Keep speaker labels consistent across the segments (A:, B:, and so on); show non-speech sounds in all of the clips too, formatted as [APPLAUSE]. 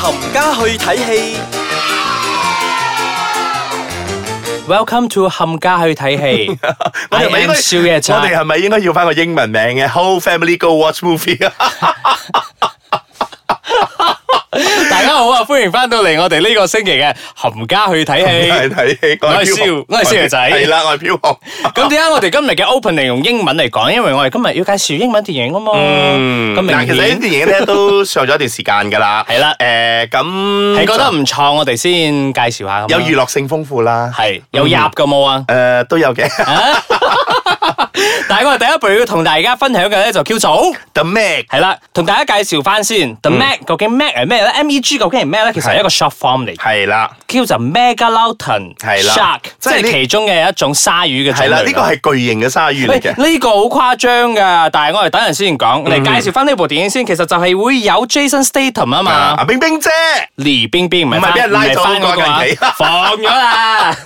A: 冚家去睇戲，
B: Welcome to 冚家去睇戲
C: 我
B: ，I
C: 哋係咪應
B: am
C: 該
B: 少爺
C: 我哋
B: 仔。
C: 係咪應該要翻個英文名嘅？Whole family go watch movie [LAUGHS] 啊！
B: [LAUGHS] 大家好啊，歡迎翻到嚟我哋呢個星期嘅冚家去睇
C: 係
B: 戲。
C: 睇
B: 我係蕭我係蕭爺仔
C: 係啦，我係飄紅。
B: 咁點解我哋今日嘅 opening 用英文嚟講？因為我哋今日要介紹英文電影啊嘛。
C: Ờ.
B: 咁
C: 嗱，其
B: 明
C: 實呢啲
B: 顯
C: 電影咧 [LAUGHS] 都上咗一段時間㗎啦。
B: 係啦
C: 誒咁
B: 係覺得唔錯，我哋先介紹下咁啊。
C: 有娛樂性豐富啦，
B: 係有入嘅冇啊？[LAUGHS]
C: [LAUGHS] 誒都有嘅。
B: 但係我哋第一步要同大家分享嘅咧就叫做。
C: The Meg
B: 係啦，同大家介紹翻先，The Meg 究竟 Meg 係咩咧？MEG 究竟係咩咧？其實係一個 short form 嚟，
C: 係啦，
B: 叫做 megalodon
C: 係啦
B: shark，即
C: 即係呢
B: 係其中嘅一種鯊魚嘅種
C: 係
B: 類
C: 啦，
B: 啦。
C: 呢個係巨型嘅鯊魚嚟
B: 喂
C: 嘅。
B: 呢個好誇張㗎，但係我哋等陣先講，嚟介紹翻呢部電影先。其實就係會有 Jason Statham 啊嘛
C: 啊，，冰冰姐，
B: 黎冰冰唔係
C: 唔係
B: 翻
C: 俾人拉
B: 唔係
C: 咗
B: 翻嗰個啊
C: 嗰個人嚟
B: 放咗
C: [LAUGHS]
B: 啦。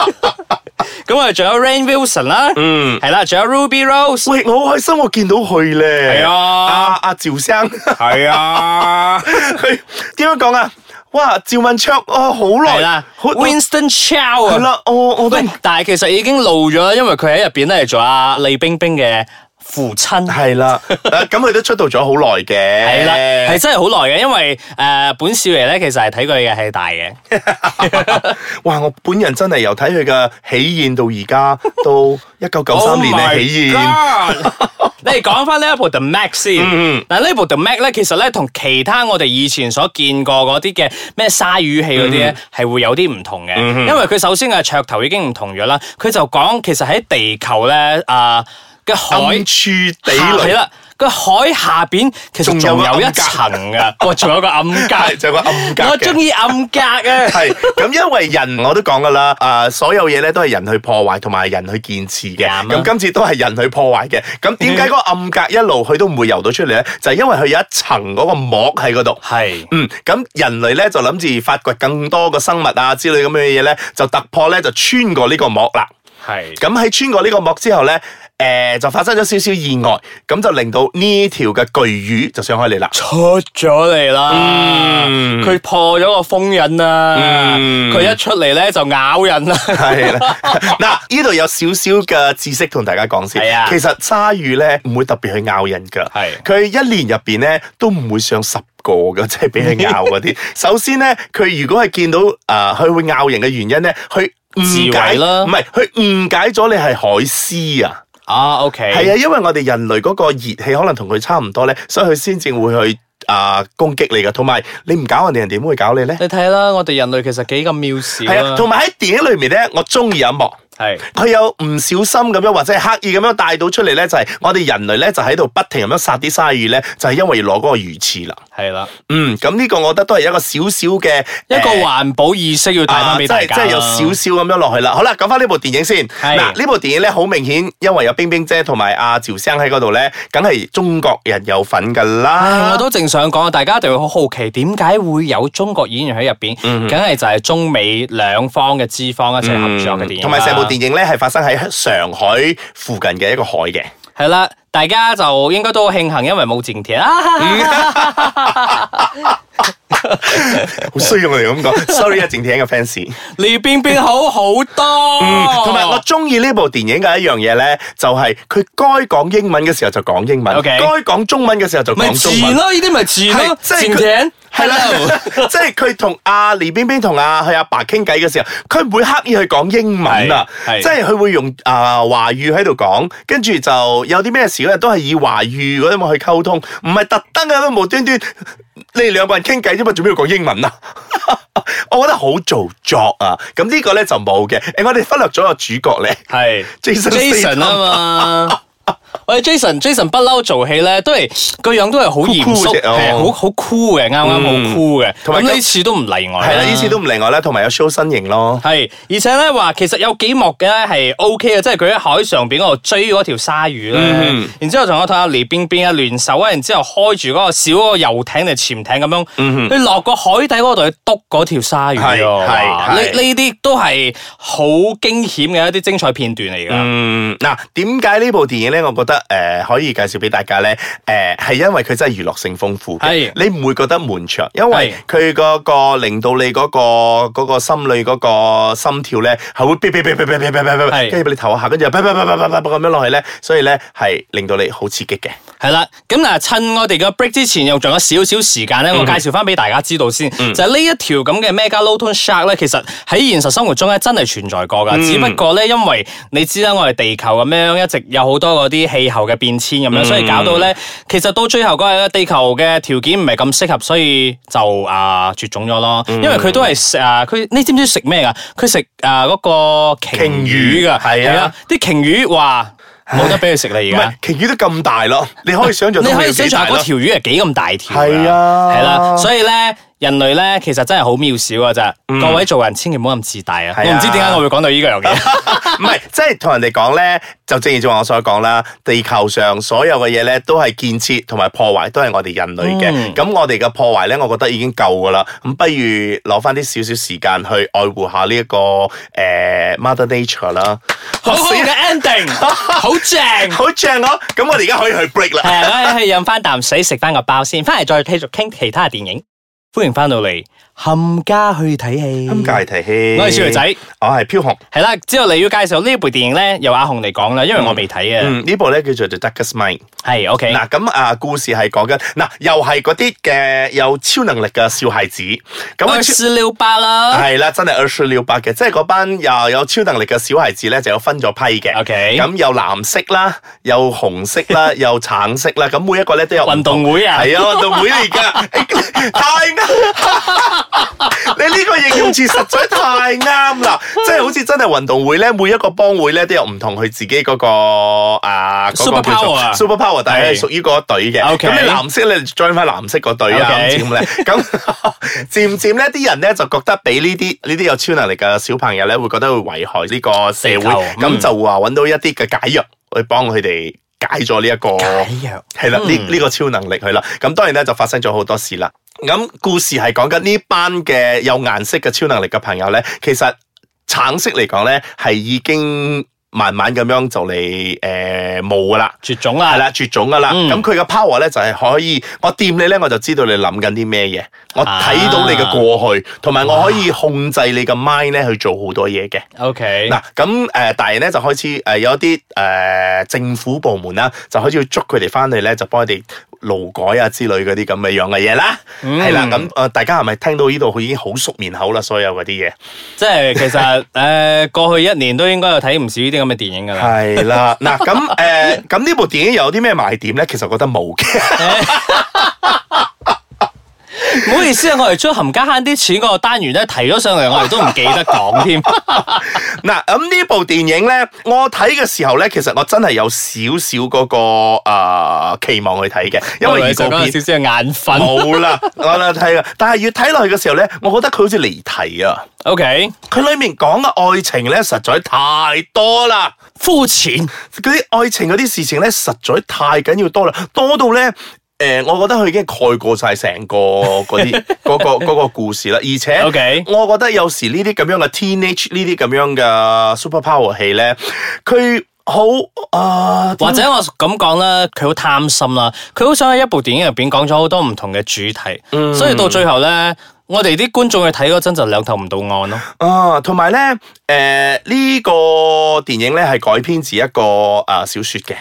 B: 咁我哋仲有 Rain Wilson 啦，
C: 嗯
B: 係啦，仲有 Ruby Rose，
C: 喂，我好開心，我見到佢咧。
B: 係啊
C: 阿阿趙生。
B: 係啊。
C: [LAUGHS] 佢點樣講啊？哇！趙敏卓啊，好
B: 係
C: 耐
B: 啦
C: 好
B: ，Winston Chow 啊
C: 係，啦，我我都
B: 喂，但係其實已經露咗啦，因為佢喺入邊咧係做阿李冰冰嘅父親。[LAUGHS]
C: 係啦，啊咁佢都出道咗好耐嘅，
B: 係啦，係真係好耐嘅，因為诶、呃本少爺咧其實係睇佢嘅戲大嘅，
C: 哇！我本人真係由睇佢嘅喜宴到而家， [LAUGHS] 到一九九三
B: Oh
C: 年嘅喜宴，
B: [LAUGHS] 你哋講翻呢一部 The Mac 先，嗱呢部 The Mac 咧，其實咧同其他我哋以前所見過嗰啲嘅咩鯊魚戲嗰啲咧，係會有啲唔同嘅，因為佢首先嘅噱頭已經唔同咗啦，佢就講其實喺地球咧啊嘅海
C: 暗。處地
B: 係
C: 雷，
B: 啦，個海下邊其實仲
C: 仲有
B: 有
C: 個
B: 一
C: 暗格
B: 層噶，我仲有個暗
C: [LAUGHS] 係
B: 格，
C: 就有個暗格
B: 我中
C: 嘅。
B: 意暗格啊！
C: 係咁，因為人我都講噶啦，啊、所有嘢咧都係人去破壞同埋人去建設嘅。
B: 啱啊
C: 咁、今次都係人去破壞嘅。咁點解嗰個暗格一路佢都唔會游到出嚟咧？就係因為佢有一層嗰個膜喺嗰度。
B: 係
C: 嗯，咁人類咧就諗住發掘更多嘅生物啊之類咁樣嘅嘢咧，就突破咧就穿過呢個膜啦。
B: 係
C: 咁喺穿過呢個膜之後咧，誒、就發生咗少少意外，咁就令到呢條嘅巨魚就上開嚟啦。
B: 出咗嚟啦，佢破咗個封印啦，
C: 嗯
B: 佢一出嚟咧就咬人啦。[LAUGHS]
C: 係啦，嗱，呢度有少少嘅知識同大家講先。
B: 係啊
C: 其實鯊魚咧唔會特別去咬人㗎。
B: 係
C: 佢一年入邊咧都唔會上十個㗎，即係俾佢咬
B: [LAUGHS]
C: 嗰啲。首先咧，佢如果係見到啊，佢、會咬人嘅原因咧，佢誤解
B: 自衛啦
C: 唔係佢誤解咗你係海獅 [LAUGHS] 啊。
B: 啊，OK，
C: 係啊，因為我哋人類嗰個熱氣可能同佢差唔多咧，所以佢先至會去啊、攻擊你噶。同埋你唔搞人哋，人哋點會搞你咧？
B: 你睇啦，我哋人類其實幾咁渺小
C: 係啊，
B: 啊，
C: 同埋喺電影裏面咧，我中意有一幕。
B: 係
C: 佢有唔小心咁樣，或者係刻意咁樣帶到出嚟咧，就係、我哋人類咧就喺度不停咁樣殺啲鯊魚咧，就係、因為要攞嗰個魚翅啦。
B: 係啦，
C: 嗯，咁呢個我覺得都係一個少少嘅
B: 一個
C: 呃
B: 環保意識要帶翻俾
C: 即
B: 大
C: 係
B: 家
C: 即
B: 啦。
C: 係有少少咁樣落去啦。好啦，講翻呢部電影先。嗱，呢部電影咧好明顯，因為有冰冰姐同埋阿趙生喺嗰度咧，梗係中國人有份㗎
B: 唉，我
C: 啦。
B: 都正想講，大家一定會好好奇點解會有中國演員喺入邊，
C: 嗯
B: 梗係就係中美兩方嘅資方一齊合作嘅電影啦，
C: 嗯同埋成部電影咧係發生喺上海附近嘅一個海嘅。
B: 係啦，大家就應該都好慶幸，因為冇戰
C: [LAUGHS]
B: 田啊！
C: 好衰啊！我哋
B: [LAUGHS]
C: 咁講，sorry 啊，靜田嘅 fans。
B: 李冰冰好好多，
C: 嗯同埋我中意呢部電影嘅一樣嘢咧，就係佢該講英文嘅時候就講英文，
B: OK
C: 該講中文嘅時候就
B: 咪
C: 講中
B: 賤
C: 文。
B: 咯，呢啲咪賤咯，
C: 係即係
B: 戰
C: 佢
B: 田
C: 係啦
B: Hello，
C: [LAUGHS] 即係佢同阿黎冰冰同阿佢阿爸傾偈嘅時候，佢唔會刻意去講英文啊，
B: 係係
C: 即係佢會用啊、華語喺度講，跟住就有啲咩事咧都係以華語嗰啲去溝通，唔係特登啊，都無端端你哋兩個人傾偈啫嘛，做咩要講英文啊？ [LAUGHS] 我覺得好做作啊！咁呢個咧就冇嘅，誒我哋忽略咗個主角咧
B: 係
C: ，Jason Statham
B: Jason 啊
C: [LAUGHS]
B: 嘛。喂，Jason，Jason 不嬲做戲咧，都係個樣都係好嚴
C: 酷酷
B: 肅，
C: 嘅哦嗯
B: 係好好酷嘅，啱啱好酷嘅。
C: 同埋
B: 咁
C: 今
B: 呢次都唔例外。
C: 係啦，呢次都唔例外啦，同埋有 show 身形咯。
B: 係，而且咧話其實有幾幕嘅咧係 O K 嘅，即係佢喺海上邊嗰度追嗰條鯊魚咧，
C: 嗯
B: 然之後仲有睇下黎邊邊啊聯手啊，然之後開住嗰個小嗰個遊艇定潛艇咁樣，佢落個海底嗰度去篤嗰條鯊魚
C: 嗯
B: 喎
C: 係係
B: 哇呢
C: 係
B: 呢啲都係好驚險嘅一啲精彩片段嚟㗎。
C: 嗯嗯，嗱，點解呢部電影咧？我覺覺得诶、呃可以介紹俾大家咧，诶、係因為佢真係娛樂性豐富
B: 係，
C: 嘅你唔會覺得悶場，因為佢嗰個令到你嗰、個嗰、個心裏嗰個心跳咧係會哔哔哔哔哔哔哔哔哔，
B: 係
C: 跟住俾你唞下，跟住又哔哔哔哔哔哔咁樣落去咧，所以咧係令到你好刺激嘅。
B: 系啦，咁嗱，趁我哋嘅 break 之前，又仲有少少時間
C: 嗯
B: 咧，我介紹翻俾大家知道先。就係呢一條咁嘅 Megalodon shark 咧，其實喺現實生活中咧真係存在過
C: 嗯
B: 噶，只不過咧因為你知啦，我哋地球咁樣一直有好多嗰啲氣候嘅變遷咁
C: 嗯
B: 樣，所以搞到咧，其實到最後嗰日咧，地球嘅條件唔係咁適合，所以就啊絕種咗咯。
C: 嗯
B: 因為佢都係食啊，佢你知唔知食咩噶？佢食啊嗰個鯨魚
C: 鯨魚
B: 噶，
C: 係啊
B: 係啊，啲鯨魚話冇得俾佢食啦而
C: 唔
B: 家
C: 係。，鯨魚都咁大咯，你可以想象
B: 你
C: 到佢
B: 可以
C: 有
B: 想
C: 幾
B: 象
C: 大
B: 下嗰
C: 咯。
B: 條魚係幾咁大條㗎
C: 係啊
B: 係啦，所以咧人類咧其實真係好渺小㗎咋，各位做人千祈唔好咁自大啊！
C: 係啊
B: 我唔知點解我會講到呢樣嘢，
C: 唔係，即係同人哋講咧，就正如正話我所講啦，地球上所有嘅嘢咧，都係建設同埋破壞，都係我哋人類
B: 嗯
C: 嘅。咁、我哋嘅破壞咧，我覺得已經夠噶啦。咁不如攞翻啲少少時間去愛護下呢、一個誒、呃 Mother Nature 啦。
B: [LAUGHS] 好好嘅 ending，好 [LAUGHS] 正。
C: 好正哦！咁我哋而家可以去 break 啦。
B: 係我哋去飲翻啖水，食翻個包先，翻嚟再繼續傾其他電影。歡迎翻到嚟冚家去睇戲，
C: 咁界提氣，
B: 嗯我係小女仔，
C: 我係飄紅。
B: 係啦。之後你要介紹呢部電影咧，由阿紅嚟講啦，因為我未睇啊。
C: 嗯，呢部咧叫做《The Darkest Mind》。
B: 係 OK，
C: 嗱，咁啊，故事係講緊嗱，又係嗰啲嘅有超能力嘅小孩子。咁啊
B: 我
C: 超
B: 四六八啦。
C: [LAUGHS] 係啦，真係 u r s u l 白嘅，即係嗰班又有超能力嘅小孩子咧，就有分咗批嘅。
B: OK
C: 咁有藍色啦，有紅色
B: [LAUGHS]
C: 啦，有橙色啦，咁每一個咧都有
B: 運動
C: 會
B: 會啊，
C: 係啊，運動會
B: [LAUGHS]
C: 嚟㗎，哎太啱！你呢個形容詞實在太啱啦，即係好似真係運動會咧，每一個幫會咧都有唔同佢自己嗰個啊嗰個叫
B: Superpower 啊
C: 做 super power，但係係
B: 係
C: 屬於嗰隊嘅。
B: OK
C: 咁你藍色咧 join 翻藍色嗰隊啊，
B: OK [LAUGHS]
C: 咁之咁咧，咁 [LAUGHS] 漸漸咧啲人咧就覺得俾呢啲呢啲有超能力嘅小朋友咧，會覺得會危害呢個社會，
B: 地球
C: 咁
B: 嗯
C: 就話揾到一啲嘅解藥去幫佢哋解咗呢一個
B: 解藥
C: 係啦，呢呢個超能力係啦。咁當然咧就發生咗好多事啦。咁故事係講緊呢班嘅有顏色嘅超能力嘅朋友咧，其實橙色嚟講咧係已經慢慢咁樣就嚟誒冇噶啦。
B: 絕種
C: 係
B: 啦。
C: 啦，絕種噶啦。
B: 嗯
C: 咁佢嘅 power 咧就係可以，我掂你咧我就知道你諗緊啲咩嘢，我睇到你嘅過去，同埋我可以控制你嘅 mind 咧去做好多嘢嘅。
B: OK，
C: 嗱，咁誒、呃大人咧就開始誒、呃有一啲誒、呃政府部門啦，就開始要捉佢哋翻嚟咧，就幫佢哋勞改啊之類嗰啲咁嘅樣嘅嘢啦，係啦、咁誒、呃大家係咪聽到呢度已經好熟面口啦？所有嗰啲嘢
B: 即係其實
C: [LAUGHS]
B: 诶、呃，过去一年都應該有睇唔少呢啲咁嘅電影㗎啦。
C: 係啊啦，嗱咁誒，呃咁呢部電影有啲咩賣點咧？其實我覺得冇嘅。
B: 唔好意思啊，我哋將冚家慳啲錢嗰個單元咧提咗上嚟，我哋都唔記得講添。
C: 嗱，咁呢部電影咧，我睇嘅時候咧，其實我真係有少少嗰個呃期望去睇嘅， [LAUGHS] 因為預
B: 就
C: 告
B: 講
C: 片
B: 少少眼瞓。
C: 冇啦，我啦睇啦，但係越睇落去嘅時候咧，我覺得佢好似離題啊！
B: OK，
C: 佢裏面講嘅愛情咧，實在太多啦，
B: 膚淺。
C: 嗰啲愛情嗰啲事情咧，實在太緊要多啦，多到咧。誒、我覺得佢已經蓋過晒成個嗰啲嗰個嗰個故事啦，而且
B: OK
C: 我覺得有時呢啲咁樣嘅 teenage 呢啲咁樣嘅 super power 戲咧，佢好啊，點
B: 或者我咁講啦，佢好貪心啦，佢好想喺一部電影入邊講咗好多唔同嘅主題，
C: 嗯
B: 所以到最後咧，我哋啲觀眾去睇嗰陣就兩頭唔到岸咯。
C: 啊，同埋咧，誒、呢、個電影咧係改編自一個啊、小説嘅，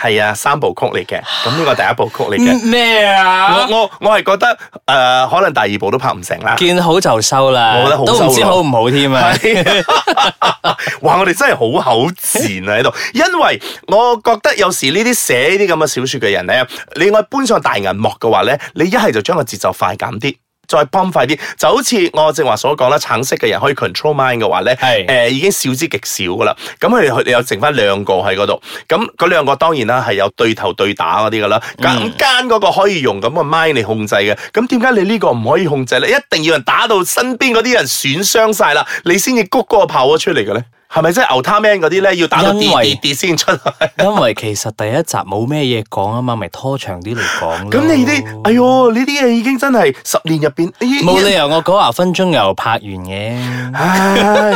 C: 係啊三部曲嚟嘅，咁呢個第一部曲嚟嘅。
B: 咩啊？
C: 我我我係覺得誒、呃可能第二部都拍唔成啦。
B: 見好就收啦，
C: 我覺得好
B: 都唔
C: 收
B: 知
C: 咯
B: 好唔好添啊。
C: 係 [LAUGHS] 哇！我哋真係好口賤啊喺度，因為我覺得有時呢啲寫呢啲咁嘅小説嘅人咧，你我搬上大銀幕嘅話咧，你一係就將個節奏快減啲。再泵快啲，就好似我正話所講啦，橙色嘅人可以 control mind 嘅話咧，誒、
B: 係
C: 呃已經少之極少噶啦。咁佢哋佢哋有剩翻兩個喺嗰度，咁嗰兩個當然啦係有對頭對打嗰啲噶啦。咁
B: 嗯
C: 間嗰個可以用咁嘅 mind 嚟控制嘅，咁點解你呢個唔可以控制咧？一定要人打到身邊嗰啲人損傷晒啦，你先至谷嗰個炮火出嚟嘅咧。係咪即係牛他 man 嗰啲咧，要打到跌
B: 因為
C: 跌跌先出
B: [LAUGHS]
C: 嚟？
B: 因為其實第一集冇咩嘢講啊嘛，咪拖長啲嚟講咯
C: 咁你啲，哎哟，呢啲嘢已經真係十年入邊，咦
B: 冇理由我九廿分鐘又拍完嘅。
C: 唉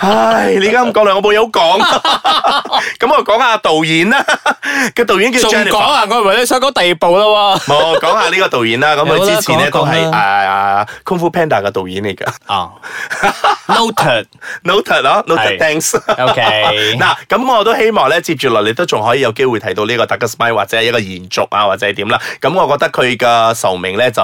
C: 唉，你而家咁講兩個冇嘢好講，咁我講下導演啦，個導演叫
B: 仲
C: Jennifer Ờ,
B: 講。啊？我以為你想講第二部啦喎。
C: 冇講下呢個導演啦，咁
B: 好
C: 佢
B: 啦
C: 之前咧
B: 講
C: 都
B: 一講啦
C: 係誒《功夫 à, Panda》嘅導演嚟噶
B: 啊，noted，OK，
C: ，Noted 咯
B: 係
C: ，Noted thanks。嗱， [LAUGHS] 咁我都希望咧，接住落嚟都仲可以有機會睇到呢個 d a r k Smile 或者係一個延續啊，或者係點啦。咁我覺得佢嘅壽命咧就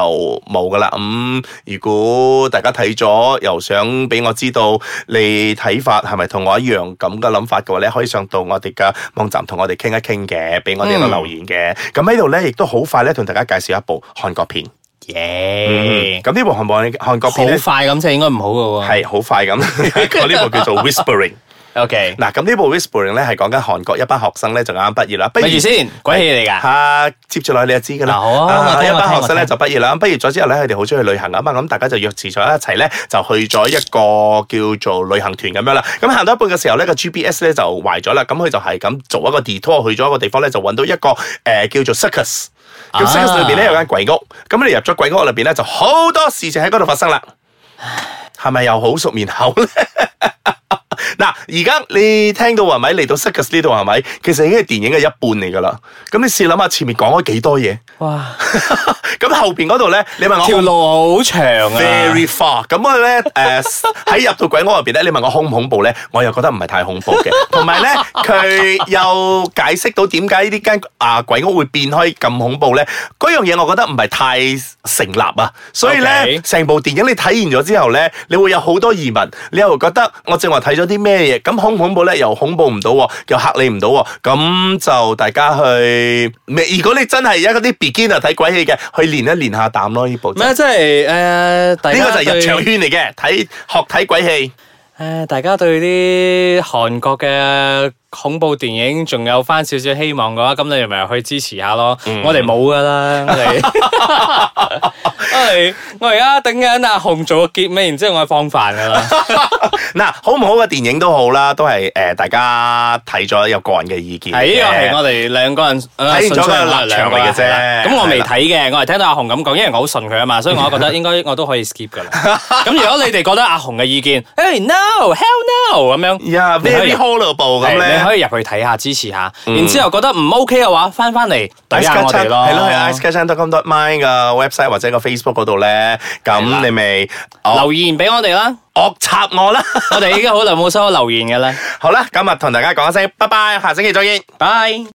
C: 冇噶啦。咁、如果大家睇咗又想俾我知道你睇法係咪同我一樣咁嘅諗法嘅話咧，可以上到我哋嘅網站同我哋傾一傾嘅，俾我哋一個
B: 嗯
C: 留言嘅。咁喺度咧，亦都好快咧同大家介紹一部韓國片。嗯
B: 耶，
C: 咁呢部韓國韓國
B: 好
C: 片咧
B: 快咁啫，應該唔好嘅喎。
C: 係好
B: [LAUGHS]
C: 快咁，我呢部叫做 Whispering。
B: OK，
C: 嗱，咁呢部 Whispering 咧係講緊韓國一班學生咧就啱畢業啦，不如
B: 咪住。先，鬼戲嚟㗎。
C: 啊，接住落去你就知㗎啦。
B: 嗱好啊我
C: 一
B: 聽我
C: 班
B: 聽
C: 學生咧
B: 我聽
C: 就畢業啦，咁畢業咗之後咧，佢哋好中意去旅行啊嘛，咁大家就約遲咗一齊咧，就去咗一個叫做旅行團咁樣啦。咁行到一半嘅時候咧，個 GPS 咧就壞咗啦，咁佢就係咁做一個 detour 去咗一個地方咧，就揾到一個誒、呃叫做 circus。咁
B: 啊
C: circus 裏邊咧有間鬼屋，咁你入咗鬼屋裏邊咧就好多事情喺嗰度發生啦。係咪又好熟面口咧？ [LAUGHS] 嗱，而家你聽到係咪嚟到 circus 呢度係咪？其實已經係電影嘅一半嚟㗎啦。咁你試諗下前面講咗幾多嘢，
B: 哇，
C: [LAUGHS] 咁後邊嗰度咧，你問我
B: 條
C: 恐
B: 路好長啊。
C: very far，咁我咧誒喺入到鬼屋入邊咧，你問我恐唔恐怖咧，我又覺得唔係太恐怖嘅。同埋咧，佢又解釋到點解呢間啊鬼屋會變開咁恐怖咧？嗰樣嘢我覺得唔係太成立啊，所以咧
B: OK
C: 成部電影你睇完咗之後咧，你會有好多疑問，你又會覺得我正話睇咗啲咩嘢？咁恐唔恐怖咧？又恐怖唔到喎，又嚇你唔到喎。咁就大家去，如果你真係一啲 beginner 睇鬼戲嘅，去練一練下膽咯呢部真係。
B: 咩？即係誒，大
C: 呢
B: 家
C: 個就係入
B: 對
C: 場圈嚟嘅，睇學
B: [LAUGHS]
C: 睇鬼戲。
B: 诶，大家對啲韓國嘅恐怖電影仲有翻少少希望嘅話，咁你咪去支持下咯。我哋冇噶啦，
C: [LAUGHS]
B: 我哋我哋我而家等緊阿紅做個結尾，然之後我去放飯
C: [LAUGHS]
B: 噶啦。
C: 嗱，好唔好嘅電影都好啦，都係誒、呃大家睇咗有個人嘅意見嘅。
B: 係呢個係我哋兩個人
C: 完
B: 睇
C: 咗個立場嚟嘅啫
B: 咁我未睇嘅，我係聽到阿紅咁講，因為我好信佢啊嘛，所以
C: [LAUGHS]
B: 我覺得應該我都可以 skip 噶啦。咁如果你哋覺得阿紅嘅意見， [LAUGHS] 誒 no，hell no 咁樣。
C: 呀、
B: 你可
C: very
B: 以
C: horrible 咁
B: 係你
C: 咧。嗯
B: 可以入去睇下支持下，然之後覺得唔 OK 嘅話，翻翻嚟睇
C: Ice
B: 下我哋
C: Kitchen 係
B: 咯。
C: 咯，係 Ice Kitchen dot com dot mine 嘅 website 或者個 Facebook 嗰度咧，
B: 係
C: 咁
B: 啦
C: 你咪 [LAUGHS] 惡
B: 留言俾我哋啦，
C: 惡插我啦。 [LAUGHS]
B: 我哋已經好耐冇收到留言嘅啦，
C: 好啦，今日同大家講一聲，拜拜，下星期再見。
B: 拜。